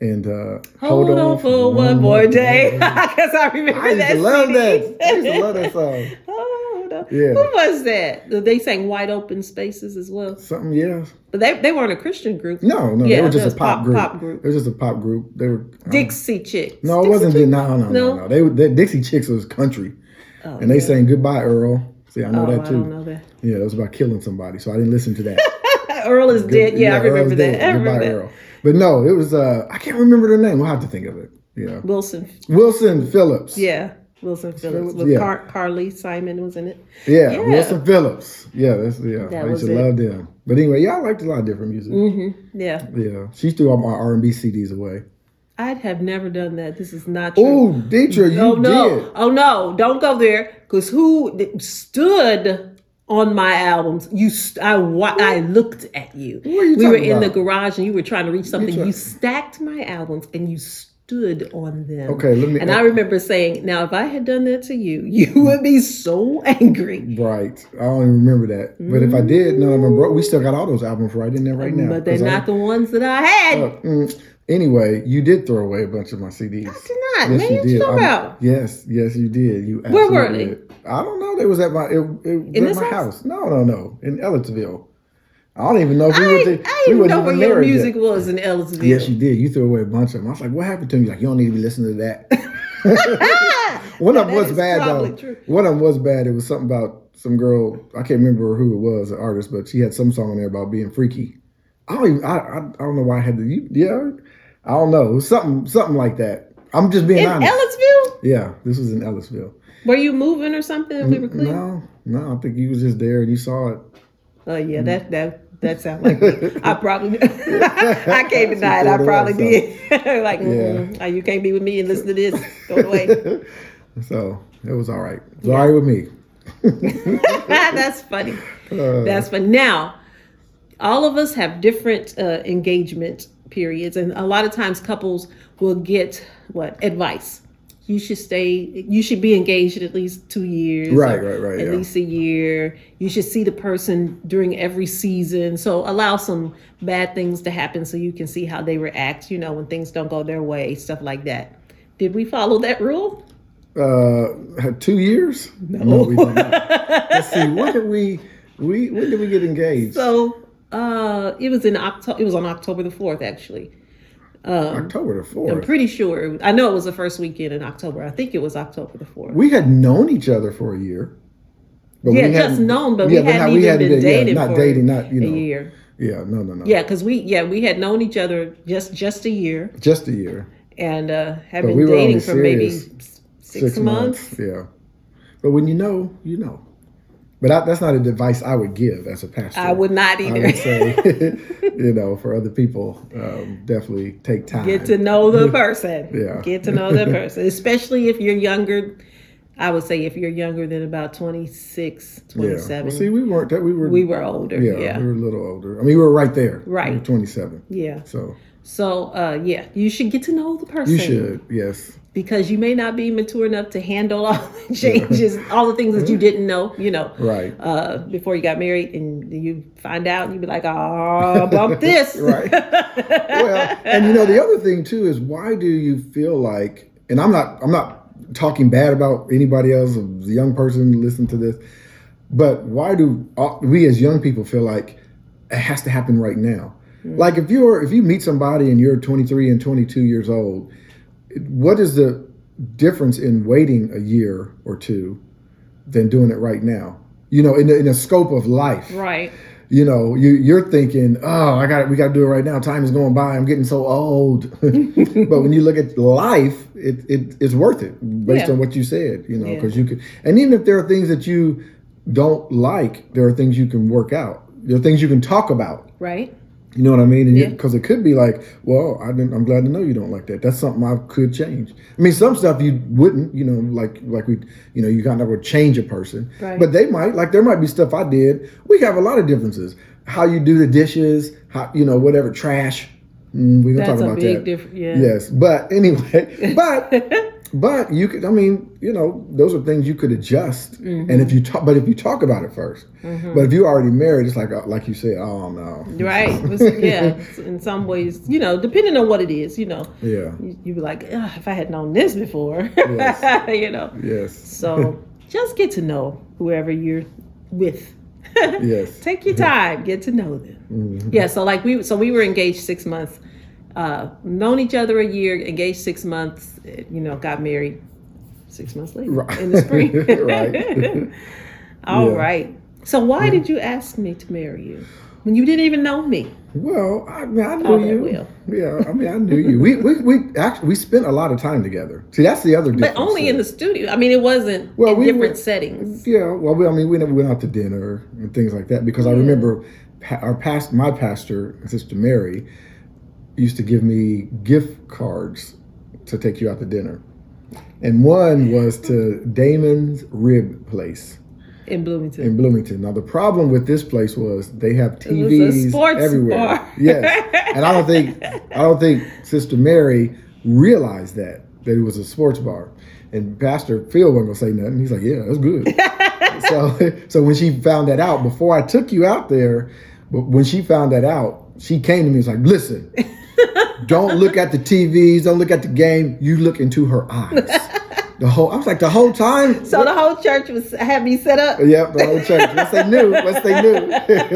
[SPEAKER 3] and uh,
[SPEAKER 2] Hold, on, for one more day, because I remember
[SPEAKER 3] I used
[SPEAKER 2] that.
[SPEAKER 3] to love
[SPEAKER 2] CD.
[SPEAKER 3] that. I used to love that song.
[SPEAKER 2] Oh, no.
[SPEAKER 3] Yeah.
[SPEAKER 2] Who was that? They sang Wide Open Spaces as well.
[SPEAKER 3] Something, yeah.
[SPEAKER 2] But they, they weren't a Christian group.
[SPEAKER 3] No, no,
[SPEAKER 2] Yeah,
[SPEAKER 3] they were just
[SPEAKER 2] it was
[SPEAKER 3] a pop,
[SPEAKER 2] pop-
[SPEAKER 3] group.
[SPEAKER 2] pop group.
[SPEAKER 3] It was just a pop group. They were I don't-
[SPEAKER 2] Dixie Chicks.
[SPEAKER 3] No, it
[SPEAKER 2] Dixie
[SPEAKER 3] wasn't.
[SPEAKER 2] Chicks?
[SPEAKER 3] No, no, no,
[SPEAKER 2] No?
[SPEAKER 3] no. They were they, Dixie Chicks was country,
[SPEAKER 2] Oh,
[SPEAKER 3] and they sang "Goodbye Earl." See, I know
[SPEAKER 2] oh,
[SPEAKER 3] that
[SPEAKER 2] I
[SPEAKER 3] too.
[SPEAKER 2] don't know that.
[SPEAKER 3] Yeah, that was about killing somebody, so I didn't listen to that.
[SPEAKER 2] Earl is dead. Yeah, I
[SPEAKER 3] Earl's
[SPEAKER 2] remember that.
[SPEAKER 3] dead.
[SPEAKER 2] I remember
[SPEAKER 3] Goodbye
[SPEAKER 2] that.
[SPEAKER 3] Earl. But no, it was. uh I can't remember their name. We'll have to think of it. Yeah,
[SPEAKER 2] Wilson.
[SPEAKER 3] Wilson Phillips.
[SPEAKER 2] Yeah. Wilson Phillips.
[SPEAKER 3] Phillips,
[SPEAKER 2] With
[SPEAKER 3] yeah.
[SPEAKER 2] Car- Carly Simon was in it.
[SPEAKER 3] Yeah,
[SPEAKER 2] Yeah.
[SPEAKER 3] Wilson Phillips. Yeah, that's yeah.
[SPEAKER 2] That
[SPEAKER 3] I used
[SPEAKER 2] was
[SPEAKER 3] to
[SPEAKER 2] it. Mm.
[SPEAKER 3] love them. But anyway, yeah, I liked a lot of different music.
[SPEAKER 2] Mm-hmm. Yeah.
[SPEAKER 3] Yeah, she threw all my R and B CDs away.
[SPEAKER 2] I'd have never done that. This is not true.
[SPEAKER 3] Oh, Deidre, you
[SPEAKER 2] oh no!
[SPEAKER 3] did.
[SPEAKER 2] Oh no! Don't go there, because who th- stood on my albums? You, st- I, wa- I looked at you.
[SPEAKER 3] What are you
[SPEAKER 2] we were
[SPEAKER 3] talking
[SPEAKER 2] in the
[SPEAKER 3] about?
[SPEAKER 2] garage, and you were trying to reach something.
[SPEAKER 3] try-
[SPEAKER 2] you stacked my albums, and you stood on them.
[SPEAKER 3] Okay, let me-
[SPEAKER 2] And I remember saying, "Now, if I had done that to you, you would be so angry."
[SPEAKER 3] Right, I don't even remember that. But if I did, none of them broke. We still got all those albums right in there right now.
[SPEAKER 2] Mm, but they're
[SPEAKER 3] 'cause I-
[SPEAKER 2] not the ones that I had.
[SPEAKER 3] Uh, mm, anyway, you did throw away a bunch of my CDs. I
[SPEAKER 2] did not. Man, what you talking about?
[SPEAKER 3] Yes, yes, you did. You
[SPEAKER 2] Where were
[SPEAKER 3] absolutely
[SPEAKER 2] they?
[SPEAKER 3] did. I don't know. They was at my it,
[SPEAKER 2] In
[SPEAKER 3] it, at
[SPEAKER 2] this
[SPEAKER 3] my house?
[SPEAKER 2] house?
[SPEAKER 3] No, no, no. In Ellettsville. I don't even know if we
[SPEAKER 2] I,
[SPEAKER 3] were.
[SPEAKER 2] I
[SPEAKER 3] the-
[SPEAKER 2] didn't
[SPEAKER 3] we wasn't
[SPEAKER 2] know where
[SPEAKER 3] even
[SPEAKER 2] your
[SPEAKER 3] married yet.
[SPEAKER 2] music was in Ellisville.
[SPEAKER 3] Yes, you did. You threw away a bunch of them. I was like, "What happened to me?" Like, you don't need to be listening to
[SPEAKER 2] Ah,
[SPEAKER 3] that. One of them
[SPEAKER 2] that
[SPEAKER 3] was
[SPEAKER 2] is
[SPEAKER 3] bad
[SPEAKER 2] probably
[SPEAKER 3] though.
[SPEAKER 2] true.
[SPEAKER 3] One of them was bad. It was something about some girl. I can't remember who it was, an artist, but she had some song in there about being freaky. I don't even. I, I, I don't know why I had to. You, yeah, I don't know. It was something something like that. I'm just being
[SPEAKER 2] in
[SPEAKER 3] honest.
[SPEAKER 2] Ellisville.
[SPEAKER 3] yeah, this was in Ellisville.
[SPEAKER 2] Were you moving or something? and We were cleaning.
[SPEAKER 3] No, no, I think you was just there and you saw it.
[SPEAKER 2] Oh yeah, that that that sounds like me. I probably I can't deny it. I probably did. like, mm-mm. Oh, you can't be with me and listen to this. Go away.
[SPEAKER 3] So it was all right. It was all right with me.
[SPEAKER 2] That's funny.
[SPEAKER 3] Uh.
[SPEAKER 2] That's funny. Now, all of us have different uh, engagement periods, and a lot of times couples will get what advice. You should stay. You should be engaged at least two years.
[SPEAKER 3] Right,
[SPEAKER 2] or
[SPEAKER 3] right, right,
[SPEAKER 2] At
[SPEAKER 3] yeah.
[SPEAKER 2] least a year. You should see the person during every season. So allow some bad things to happen so you can see how they react. You know, when things don't go their way, stuff like that. Did we follow that rule?
[SPEAKER 3] uh had two years no, we did not let's see when did we we when did we get engaged
[SPEAKER 2] So uh, it was in October. It was on October the fourth, actually.
[SPEAKER 3] october the
[SPEAKER 2] I'm
[SPEAKER 3] 4th
[SPEAKER 2] pretty sure. it was- I know it was the first weekend in October. I think it was October the fourth.
[SPEAKER 3] we had known each other for a year but
[SPEAKER 2] yeah, just
[SPEAKER 3] hadn't-
[SPEAKER 2] known, but
[SPEAKER 3] yeah,
[SPEAKER 2] we hadn't
[SPEAKER 3] ha-
[SPEAKER 2] even been,
[SPEAKER 3] yeah,
[SPEAKER 2] dating.
[SPEAKER 3] not
[SPEAKER 2] for
[SPEAKER 3] dating not you know
[SPEAKER 2] a year.
[SPEAKER 3] yeah no no no
[SPEAKER 2] Yeah, because we yeah we had known each other just just a year
[SPEAKER 3] just a year
[SPEAKER 2] and uh, had
[SPEAKER 3] But
[SPEAKER 2] been
[SPEAKER 3] we were
[SPEAKER 2] dating
[SPEAKER 3] only
[SPEAKER 2] for maybe
[SPEAKER 3] serious
[SPEAKER 2] s- six, months.
[SPEAKER 3] yeah but when you know you know but I, that's not an advice i would give as a pastor
[SPEAKER 2] I would not
[SPEAKER 3] I
[SPEAKER 2] either.
[SPEAKER 3] would say, you know, for other people, um, definitely take time.
[SPEAKER 2] Get to know the person.
[SPEAKER 3] Yeah.
[SPEAKER 2] Get to know the person, especially if you're younger. I would say if you're younger than about 26,
[SPEAKER 3] yeah.
[SPEAKER 2] 27.
[SPEAKER 3] Well, see, we weren't that. We were
[SPEAKER 2] we were older.
[SPEAKER 3] Yeah,
[SPEAKER 2] Yeah.
[SPEAKER 3] we were a little older. I mean, we were right there.
[SPEAKER 2] Right.
[SPEAKER 3] We were 27.
[SPEAKER 2] Yeah.
[SPEAKER 3] So
[SPEAKER 2] So, uh, yeah, you should get to know the person.
[SPEAKER 3] you should, yes.
[SPEAKER 2] Because you may not be mature enough to handle all the changes, all the things that you didn't know, you know,
[SPEAKER 3] Right.
[SPEAKER 2] uh, before you got married. And you find out and you be like, oh, bump this.
[SPEAKER 3] Right. well, and you know, the other thing too is why do you feel like, and I'm not, I'm not talking bad about anybody else, a young person listen to this, but why do all, we as young people feel like it has to happen right now? Like if you're, if you meet somebody and you're 23 and 22 years old, what is the difference in waiting a year or two than doing it right now? You know, in the, in the scope of life,
[SPEAKER 2] Right.
[SPEAKER 3] you know, you you're thinking, oh, I got we got to do it right now. Time is going by. I'm getting so old. but when you look at life, it, it it's worth it based
[SPEAKER 2] Yeah.
[SPEAKER 3] on what you said, you know,
[SPEAKER 2] Yeah.
[SPEAKER 3] because you could. And even if there are things that you don't like, there are things you can work out. There are things you can talk about.
[SPEAKER 2] Right.
[SPEAKER 3] You know what I mean?
[SPEAKER 2] Yeah.
[SPEAKER 3] And Because it could be like, well, I didn't, I'm glad to know you don't like that. That's something I could change. I mean, some stuff you wouldn't, you know, like like we, you know, you kind of would change a person.
[SPEAKER 2] Right.
[SPEAKER 3] But they might, like, there might be stuff I did. We have a lot of differences. How you do the dishes, how you know, whatever trash. Mm, we're gonna
[SPEAKER 2] That's
[SPEAKER 3] talk
[SPEAKER 2] a
[SPEAKER 3] about
[SPEAKER 2] big
[SPEAKER 3] that.
[SPEAKER 2] diff- yeah.
[SPEAKER 3] Yes, but anyway, but but you could. I mean, you know, those are things you could adjust.
[SPEAKER 2] Mm-hmm.
[SPEAKER 3] And if you talk, but if you talk about it 1st but if you're already married, it's like uh, like you said, oh no,
[SPEAKER 2] Right. It was- yeah. In some ways, you know, depending on what it is, you know,
[SPEAKER 3] yeah.
[SPEAKER 2] you, you be like, "Ugh, if I had known this before,
[SPEAKER 3] Yes.
[SPEAKER 2] you know.
[SPEAKER 3] Yes.
[SPEAKER 2] So just get to know whoever you're with.
[SPEAKER 3] Yes. Mm-hmm.
[SPEAKER 2] Take your time, get to know them. Yeah, so like we so we were engaged six months, uh, known each other a year, engaged six months, eh, you know, got married six months later
[SPEAKER 3] Right.
[SPEAKER 2] in the spring.
[SPEAKER 3] Right.
[SPEAKER 2] All
[SPEAKER 3] Yeah.
[SPEAKER 2] right. So why did you ask me to marry you when you didn't even know me?
[SPEAKER 3] Well, I, mean, I knew
[SPEAKER 2] Oh, that
[SPEAKER 3] you.
[SPEAKER 2] will.
[SPEAKER 3] Yeah, I mean, I knew you. We we we actually we spent a lot of time together. See, that's the other.
[SPEAKER 2] But only in the studio. I mean, it wasn't
[SPEAKER 3] Well,
[SPEAKER 2] in
[SPEAKER 3] we
[SPEAKER 2] different
[SPEAKER 3] were-
[SPEAKER 2] settings.
[SPEAKER 3] Yeah, well, we, I mean, we never went out to dinner and things like that because I remember pa- our past, my pastor, Sister Mary, used to give me gift cards to take you out to dinner, and one was to Damon's Rib Place
[SPEAKER 2] in Bloomington.
[SPEAKER 3] in Bloomington. Now, the problem with this place was they have
[SPEAKER 2] was a
[SPEAKER 3] TVs
[SPEAKER 2] sports
[SPEAKER 3] everywhere.
[SPEAKER 2] bar.
[SPEAKER 3] Yes, and I don't think I don't think Sister Mary realized that that it was a sports bar. And Pastor Phil wasn't gonna say nothing. He's like, "Yeah, that's good." so, so when she found that out, before I took you out there, but when she found that out, she came to me and was like, "Listen." Don't look at the TVs. Don't look at the game. You look into her eyes. The whole I was like the whole time.
[SPEAKER 2] so the whole church was had me set up.
[SPEAKER 3] Yep, the whole church. Once they knew, once they knew.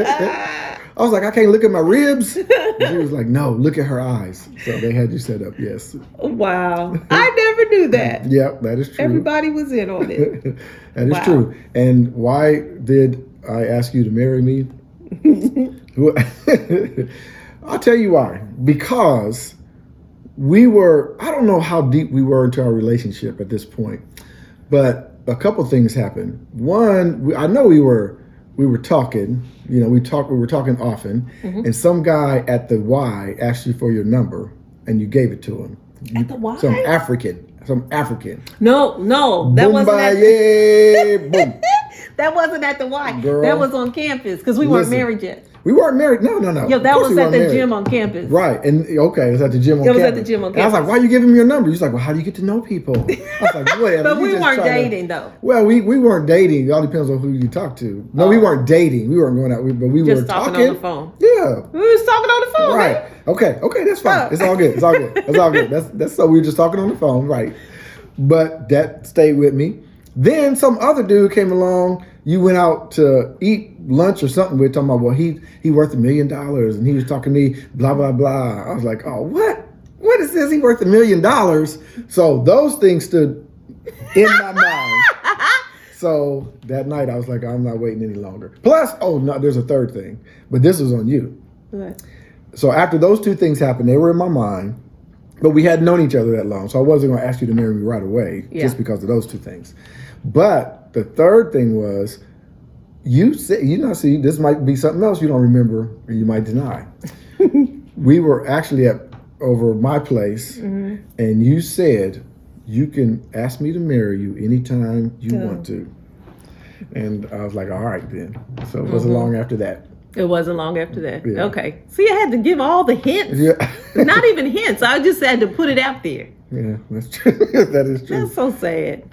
[SPEAKER 3] I was like, I can't look at my ribs. And she was like, No, look at her eyes. So they had you set up. Yes.
[SPEAKER 2] Wow. I never knew that.
[SPEAKER 3] Yep, that is true.
[SPEAKER 2] Everybody was in on it.
[SPEAKER 3] That is
[SPEAKER 2] Wow.
[SPEAKER 3] true. And why did I ask you to marry me? Well, I'll tell you why. Because we were, I don't know how deep we were into our relationship at this point, but a couple things happened. One, we, I know we were we were talking, you know, we talked we were talking often, and some guy at the Y asked you for your number and you gave it to him.
[SPEAKER 2] At the Y?
[SPEAKER 3] Some African, some African.
[SPEAKER 2] No, no, that wasn't at,
[SPEAKER 3] Boombayé, boom.
[SPEAKER 2] that wasn't at the Y.
[SPEAKER 3] Girl.
[SPEAKER 2] That was on campus because we weren't
[SPEAKER 3] Listen.
[SPEAKER 2] married yet.
[SPEAKER 3] We weren't married. No, no, no.
[SPEAKER 2] Yo,
[SPEAKER 3] Of
[SPEAKER 2] that
[SPEAKER 3] course
[SPEAKER 2] was
[SPEAKER 3] we
[SPEAKER 2] at
[SPEAKER 3] weren't
[SPEAKER 2] the
[SPEAKER 3] married.
[SPEAKER 2] gym on campus.
[SPEAKER 3] Right. And okay, it was at the gym on
[SPEAKER 2] It was
[SPEAKER 3] campus.
[SPEAKER 2] at the gym on
[SPEAKER 3] And I was like,
[SPEAKER 2] campus.
[SPEAKER 3] why you giving me your number? He's like, well, how do you get to know people? I was like, whatever.
[SPEAKER 2] But
[SPEAKER 3] you
[SPEAKER 2] we
[SPEAKER 3] just
[SPEAKER 2] weren't
[SPEAKER 3] try to-"
[SPEAKER 2] dating though.
[SPEAKER 3] Well, we, we weren't dating. It all depends on who you talk to. No, we weren't dating. We weren't going out, we- but we
[SPEAKER 2] Oh. Just
[SPEAKER 3] were
[SPEAKER 2] talking
[SPEAKER 3] talking.
[SPEAKER 2] on the phone.
[SPEAKER 3] Yeah.
[SPEAKER 2] We was talking on the phone, right?
[SPEAKER 3] Right. Okay. Okay. That's fine.
[SPEAKER 2] Oh.
[SPEAKER 3] It's all good. It's all good. It's all good. That's that's so we were just talking on the phone, right? But that stayed with me. Then some other dude came along. You went out to eat lunch or something. We are talking about well, he he worth a million dollars, and he was talking to me blah blah blah. I was like, oh what? What is this? He worth a million dollars. So those things stood in my mind. So that night I was like, I'm not waiting any longer. Plus, oh no, there's a third thing, but this was on you.
[SPEAKER 2] Right.
[SPEAKER 3] So after those two things happened, they were in my mind, but we hadn't known each other that long, so I wasn't going to ask you to marry me right away
[SPEAKER 2] Yeah.
[SPEAKER 3] just because of those two things. But the third thing was, you said you know see this might be something else you don't remember or you might deny. we were actually at over my place,
[SPEAKER 2] Mm-hmm.
[SPEAKER 3] and you said you can ask me to marry you anytime you want to. And I was like, all right then. So it
[SPEAKER 2] Mm-hmm.
[SPEAKER 3] wasn't long after that.
[SPEAKER 2] It wasn't long after that.
[SPEAKER 3] Yeah.
[SPEAKER 2] Okay. See, I had to give all the hints.
[SPEAKER 3] Yeah.
[SPEAKER 2] Not even hints. I just had to put it out there.
[SPEAKER 3] Yeah, that's true. that is true.
[SPEAKER 2] That's so sad.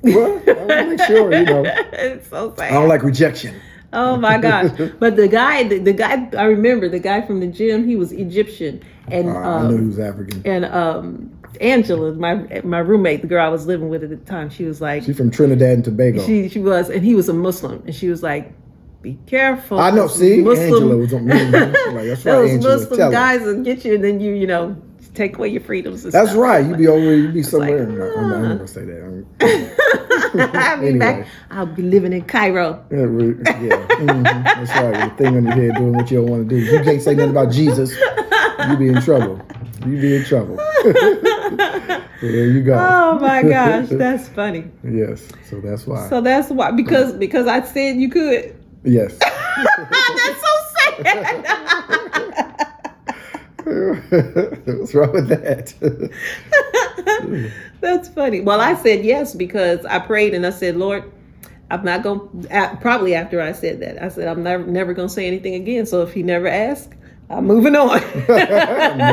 [SPEAKER 3] Well, I want to make sure, you know. I
[SPEAKER 2] it's so sad.
[SPEAKER 3] don't like rejection.
[SPEAKER 2] Oh my gosh! But the guy, the, the guy, I remember the guy from the gym. He was Egyptian, and
[SPEAKER 3] Uh, I
[SPEAKER 2] um,
[SPEAKER 3] know he was African.
[SPEAKER 2] and um, Angela, my my roommate, the girl I was living with at the time, she was like,
[SPEAKER 3] She's from Trinidad and Tobago.
[SPEAKER 2] she she was, and he was a Muslim, and she was like, be careful.
[SPEAKER 3] I know,
[SPEAKER 2] those
[SPEAKER 3] see? Angela was on me. Like, that's right,
[SPEAKER 2] those
[SPEAKER 3] Angela,
[SPEAKER 2] Muslim
[SPEAKER 3] tell her.
[SPEAKER 2] guys will get you, and then you you know take away your freedoms. And
[SPEAKER 3] That's
[SPEAKER 2] stuff.
[SPEAKER 3] right. You be over. You be somewhere.
[SPEAKER 2] like,
[SPEAKER 3] I'm not- I'm not,
[SPEAKER 2] huh.
[SPEAKER 3] going to say that. I'm-
[SPEAKER 2] I'll be
[SPEAKER 3] Anyway.
[SPEAKER 2] back. I'll be living in Cairo.
[SPEAKER 3] yeah, we- yeah. Mhm. that's right. The thing on your head doing what you don't want to do. You can't say nothing about Jesus. You be in trouble. You be in trouble. so there you go.
[SPEAKER 2] Oh my gosh, that's funny.
[SPEAKER 3] yes. So that's why.
[SPEAKER 2] So that's why because because I said you could.
[SPEAKER 3] yes.
[SPEAKER 2] that's so sad.
[SPEAKER 3] What's wrong with that?
[SPEAKER 2] That's funny. Well, I said yes because I prayed and I said, Lord, I'm not going to, probably after I said that, I said, I'm never, never going to say anything again. So if he never asks, I'm moving on.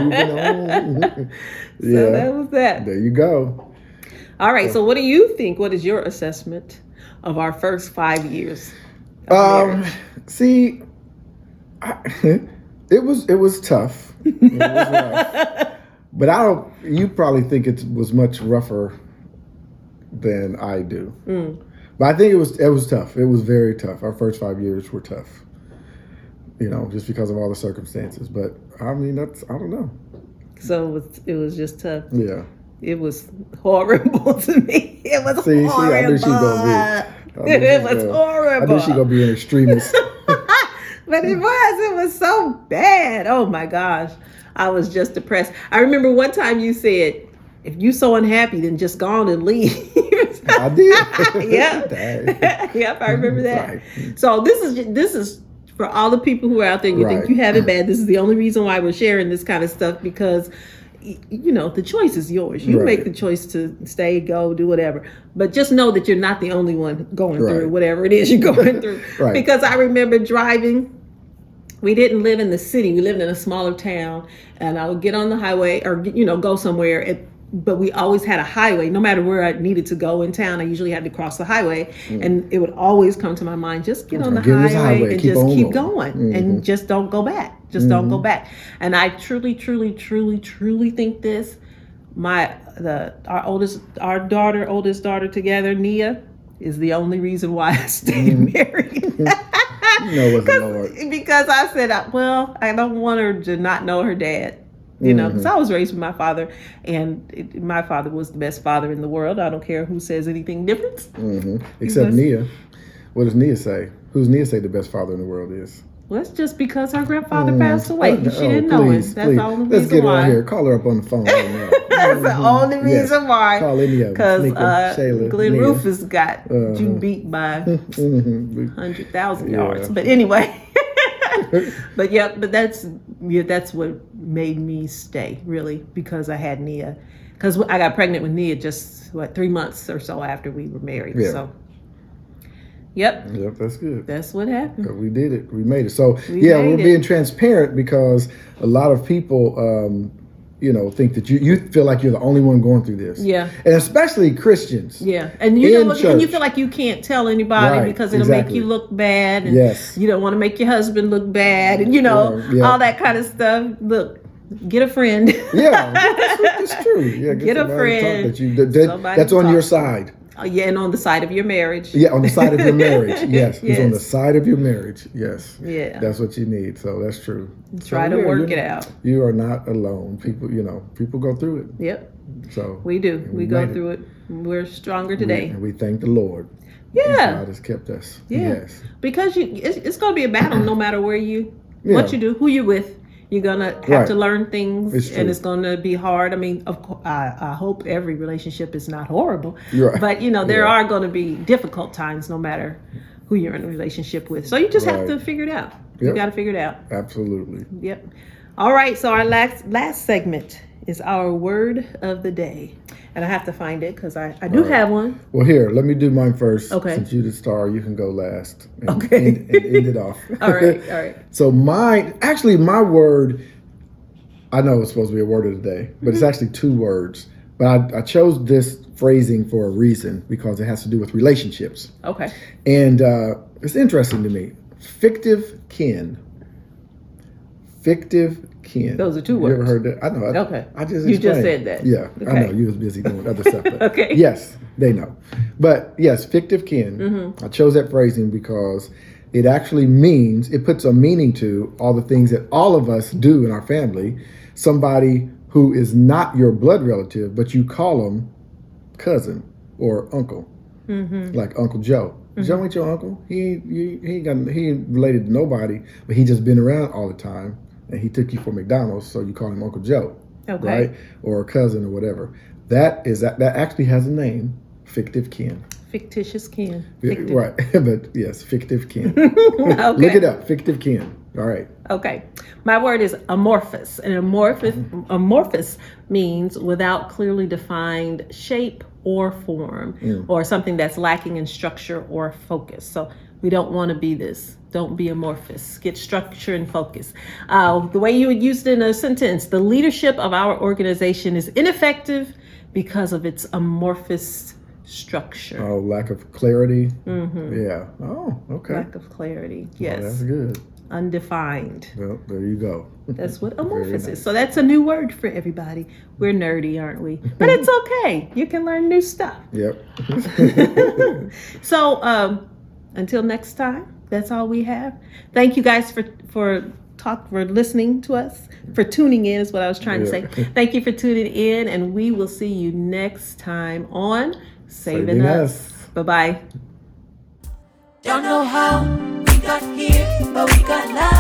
[SPEAKER 3] Moving on.
[SPEAKER 2] So
[SPEAKER 3] yeah.
[SPEAKER 2] that was that.
[SPEAKER 3] There you go.
[SPEAKER 2] All right. So what do you think? What is your assessment of our first five years? of
[SPEAKER 3] Um,
[SPEAKER 2] marriage?
[SPEAKER 3] see, I, it was it was tough, It was rough. but I don't.
[SPEAKER 2] Mm.
[SPEAKER 3] You probably think it was much rougher than I do. But I think it was it was tough. It was very tough. Our first five years were tough. You know, just because of all the circumstances. But I mean, that's I don't know.
[SPEAKER 2] So it was, it was just tough.
[SPEAKER 3] Yeah.
[SPEAKER 2] It was horrible to me. It was
[SPEAKER 3] See, see,
[SPEAKER 2] horrible.
[SPEAKER 3] I knew she gonna be. I knew
[SPEAKER 2] It
[SPEAKER 3] she
[SPEAKER 2] was
[SPEAKER 3] gonna-
[SPEAKER 2] horrible.
[SPEAKER 3] I knew she gonna be an extremist.
[SPEAKER 2] but it was it was so bad oh my gosh i was just depressed i remember one time you said if you so unhappy then just go on and leave
[SPEAKER 3] I did.
[SPEAKER 2] yeah
[SPEAKER 3] Dang.
[SPEAKER 2] yep i remember that
[SPEAKER 3] Right.
[SPEAKER 2] so this is this is for all the people who are out there you
[SPEAKER 3] Right.
[SPEAKER 2] think you have it bad this is the only reason why we're sharing this kind of stuff because y- you know the choice is yours you
[SPEAKER 3] Right.
[SPEAKER 2] make the choice to stay go do whatever but just know that you're not the only one going
[SPEAKER 3] Right.
[SPEAKER 2] through whatever it is you're going through
[SPEAKER 3] Right.
[SPEAKER 2] because i remember driving we didn't live in the city we lived in a smaller town and i would get on the highway or you know go somewhere it, but we always had a highway no matter where i needed to go in town i usually had to cross the highway
[SPEAKER 3] Mm.
[SPEAKER 2] and it would always come to my mind just get on the
[SPEAKER 3] Get on this
[SPEAKER 2] highway,
[SPEAKER 3] highway,
[SPEAKER 2] and
[SPEAKER 3] keep
[SPEAKER 2] just
[SPEAKER 3] on
[SPEAKER 2] keep
[SPEAKER 3] going. Mm-hmm.
[SPEAKER 2] going and just don't go back just don't go back and i truly truly truly truly think this my the our oldest our daughter oldest daughter together nia is the only reason why i stayed
[SPEAKER 3] Mm-hmm.
[SPEAKER 2] married
[SPEAKER 3] No, it wasn't Lord.
[SPEAKER 2] because I said, uh, well, I don't want her to not know her dad. You know, because
[SPEAKER 3] Mm-hmm.
[SPEAKER 2] I was raised with my father, and it, my father was the best father in the world. I don't care who says anything different.
[SPEAKER 3] hmm Except
[SPEAKER 2] Because-
[SPEAKER 3] Nia. What does Nia say? Who's Nia say the best father in the world is?
[SPEAKER 2] Well, that's just because her grandfather
[SPEAKER 3] Mm.
[SPEAKER 2] passed away.
[SPEAKER 3] Oh,
[SPEAKER 2] she didn't know it. That's the only
[SPEAKER 3] Let's
[SPEAKER 2] reason
[SPEAKER 3] get her
[SPEAKER 2] why.
[SPEAKER 3] on here. Call her up on the phone right now.
[SPEAKER 2] That's the only
[SPEAKER 3] Yes.
[SPEAKER 2] reason why.
[SPEAKER 3] Call any of them.
[SPEAKER 2] Because
[SPEAKER 3] Sneaker,
[SPEAKER 2] uh,
[SPEAKER 3] Shayla,
[SPEAKER 2] Glenn
[SPEAKER 3] Nia.
[SPEAKER 2] Rufus got you
[SPEAKER 3] Uh-huh.
[SPEAKER 2] beat by
[SPEAKER 3] Mhm.
[SPEAKER 2] hundred thousand
[SPEAKER 3] Yeah.
[SPEAKER 2] yards. But anyway, but yeah, but that's yeah, that's what made me stay really because I had Nia, because I got pregnant with Nia just what three months or so after we were married.
[SPEAKER 3] Yeah.
[SPEAKER 2] So, yep,
[SPEAKER 3] Yep, that's good.
[SPEAKER 2] that's what happened.
[SPEAKER 3] But we did it. We made it. So
[SPEAKER 2] We
[SPEAKER 3] yeah,
[SPEAKER 2] made
[SPEAKER 3] we're
[SPEAKER 2] it.
[SPEAKER 3] being transparent because a lot of people, um, you know, think that you you feel like you're the only one going through this.
[SPEAKER 2] Yeah.
[SPEAKER 3] and especially Christians.
[SPEAKER 2] Yeah, and you
[SPEAKER 3] In
[SPEAKER 2] know, what- and you
[SPEAKER 3] church.
[SPEAKER 2] feel like you can't tell anybody
[SPEAKER 3] Right,
[SPEAKER 2] because it'll
[SPEAKER 3] exactly.
[SPEAKER 2] make you look bad, and
[SPEAKER 3] Yes.
[SPEAKER 2] you don't want to make your husband look bad, and you know
[SPEAKER 3] Yeah, yeah.
[SPEAKER 2] all that kind of stuff. Look, get a friend.
[SPEAKER 3] Yeah, that's, that's true. Yeah,
[SPEAKER 2] Get a
[SPEAKER 3] somebody to talk
[SPEAKER 2] friend.
[SPEAKER 3] That you, that, that-
[SPEAKER 2] Somebody
[SPEAKER 3] that's
[SPEAKER 2] to
[SPEAKER 3] on your
[SPEAKER 2] talk to.
[SPEAKER 3] side.
[SPEAKER 2] Oh, yeah, and on the side of your marriage.
[SPEAKER 3] Yeah, on the side of your marriage. Yes, it's on the
[SPEAKER 2] Yes.
[SPEAKER 3] side of your marriage. Yes.
[SPEAKER 2] Yeah.
[SPEAKER 3] That's what you need. So that's true.
[SPEAKER 2] Try
[SPEAKER 3] So,
[SPEAKER 2] to
[SPEAKER 3] yeah,
[SPEAKER 2] work
[SPEAKER 3] you-
[SPEAKER 2] it out.
[SPEAKER 3] You are not alone. People, you know, people go through
[SPEAKER 2] Yep,
[SPEAKER 3] it. So
[SPEAKER 2] we do. We
[SPEAKER 3] We
[SPEAKER 2] go
[SPEAKER 3] made it.
[SPEAKER 2] through it. We're stronger
[SPEAKER 3] we,
[SPEAKER 2] today.
[SPEAKER 3] and we thank the Lord. God
[SPEAKER 2] yeah,
[SPEAKER 3] has kept us.
[SPEAKER 2] Yeah.
[SPEAKER 3] Yes.
[SPEAKER 2] because you, it's, it's gonna be a battle no matter where you,
[SPEAKER 3] Yeah.
[SPEAKER 2] what you do, who you with. You're gonna have
[SPEAKER 3] Right.
[SPEAKER 2] to learn things,
[SPEAKER 3] It's true.
[SPEAKER 2] and it's gonna be hard. I mean, of course, I, I hope every relationship is not horrible,
[SPEAKER 3] You're right.
[SPEAKER 2] but you know there
[SPEAKER 3] Yeah.
[SPEAKER 2] are gonna be difficult times no matter who you're in a relationship with. So you just have
[SPEAKER 3] Right.
[SPEAKER 2] to figure it out.
[SPEAKER 3] Yep.
[SPEAKER 2] You gotta figure it out.
[SPEAKER 3] Absolutely.
[SPEAKER 2] Yep. All right. So our last last segment is our word of the day, and I have to find it because I I do
[SPEAKER 3] right.
[SPEAKER 2] have one.
[SPEAKER 3] Well, here, let me do mine first.
[SPEAKER 2] Okay.
[SPEAKER 3] Since you the star, you can go last. And,
[SPEAKER 2] Okay.
[SPEAKER 3] End, and end it off.
[SPEAKER 2] All right. All right.
[SPEAKER 3] So my actually my word, I know it's supposed to be a word of the day, but it's actually two words. But I, I chose this phrasing for a reason because it has to do with relationships,
[SPEAKER 2] Okay.
[SPEAKER 3] and uh, it's interesting to me. Fictive kin. Fictive kin.
[SPEAKER 2] Those are two
[SPEAKER 3] You ever
[SPEAKER 2] words.
[SPEAKER 3] heard that? I know. I-
[SPEAKER 2] Okay.
[SPEAKER 3] I just
[SPEAKER 2] You just said
[SPEAKER 3] explained.
[SPEAKER 2] that.
[SPEAKER 3] Yeah, I
[SPEAKER 2] Okay.
[SPEAKER 3] know you was busy doing other stuff. but-
[SPEAKER 2] Okay.
[SPEAKER 3] Yes, they know. But yes, fictive kin.
[SPEAKER 2] Mm-hmm.
[SPEAKER 3] I chose that phrasing because it actually means it puts a meaning to all the things that all of us do in our family. Somebody who is not your blood relative, but you call them cousin or uncle,
[SPEAKER 2] Mm-hmm.
[SPEAKER 3] like Uncle Joe. Joe ain't your uncle. He ain't, you, he ain't got, he ain't related to nobody, but he just been around all the time, and he took you for McDonald's, so you call him Uncle Joe
[SPEAKER 2] Okay.
[SPEAKER 3] right? Or a cousin or whatever. That is that that actually has a name, fictive kin.
[SPEAKER 2] Fictitious kin.
[SPEAKER 3] Yeah,
[SPEAKER 2] Fictive.
[SPEAKER 3] Right. but yes, fictive kin.
[SPEAKER 2] okay.
[SPEAKER 3] Look it up, fictive kin. All right.
[SPEAKER 2] Okay. My word is amorphous. And amorphous amorphous means without clearly defined shape or form or something that's lacking in structure or focus. So we don't want to be this. Don't be amorphous. Get structure and focus. Uh, the way you would use it in a sentence the leadership of our organization is ineffective because of its amorphous structure.
[SPEAKER 3] Oh, lack of clarity. Yeah. Oh, okay.
[SPEAKER 2] Lack of clarity.
[SPEAKER 3] That's
[SPEAKER 2] Mm-hmm. Yes.
[SPEAKER 3] good.
[SPEAKER 2] undefined.
[SPEAKER 3] Well, there you go.
[SPEAKER 2] That's what
[SPEAKER 3] Very
[SPEAKER 2] amorphous
[SPEAKER 3] nice.
[SPEAKER 2] is. So that's a new word for everybody. We're nerdy, aren't we? But it's okay. You can learn new stuff.
[SPEAKER 3] Yep.
[SPEAKER 2] so um, until next time, that's all we have. Thank you guys for for talk for listening to us for tuning in is what I was trying
[SPEAKER 3] Yeah.
[SPEAKER 2] to say. Thank you for tuning in, and we will see you next time on Saving,
[SPEAKER 3] Saving
[SPEAKER 2] Us.
[SPEAKER 3] Us.
[SPEAKER 2] Bye bye.
[SPEAKER 1] Don't know how we got here, but we got love.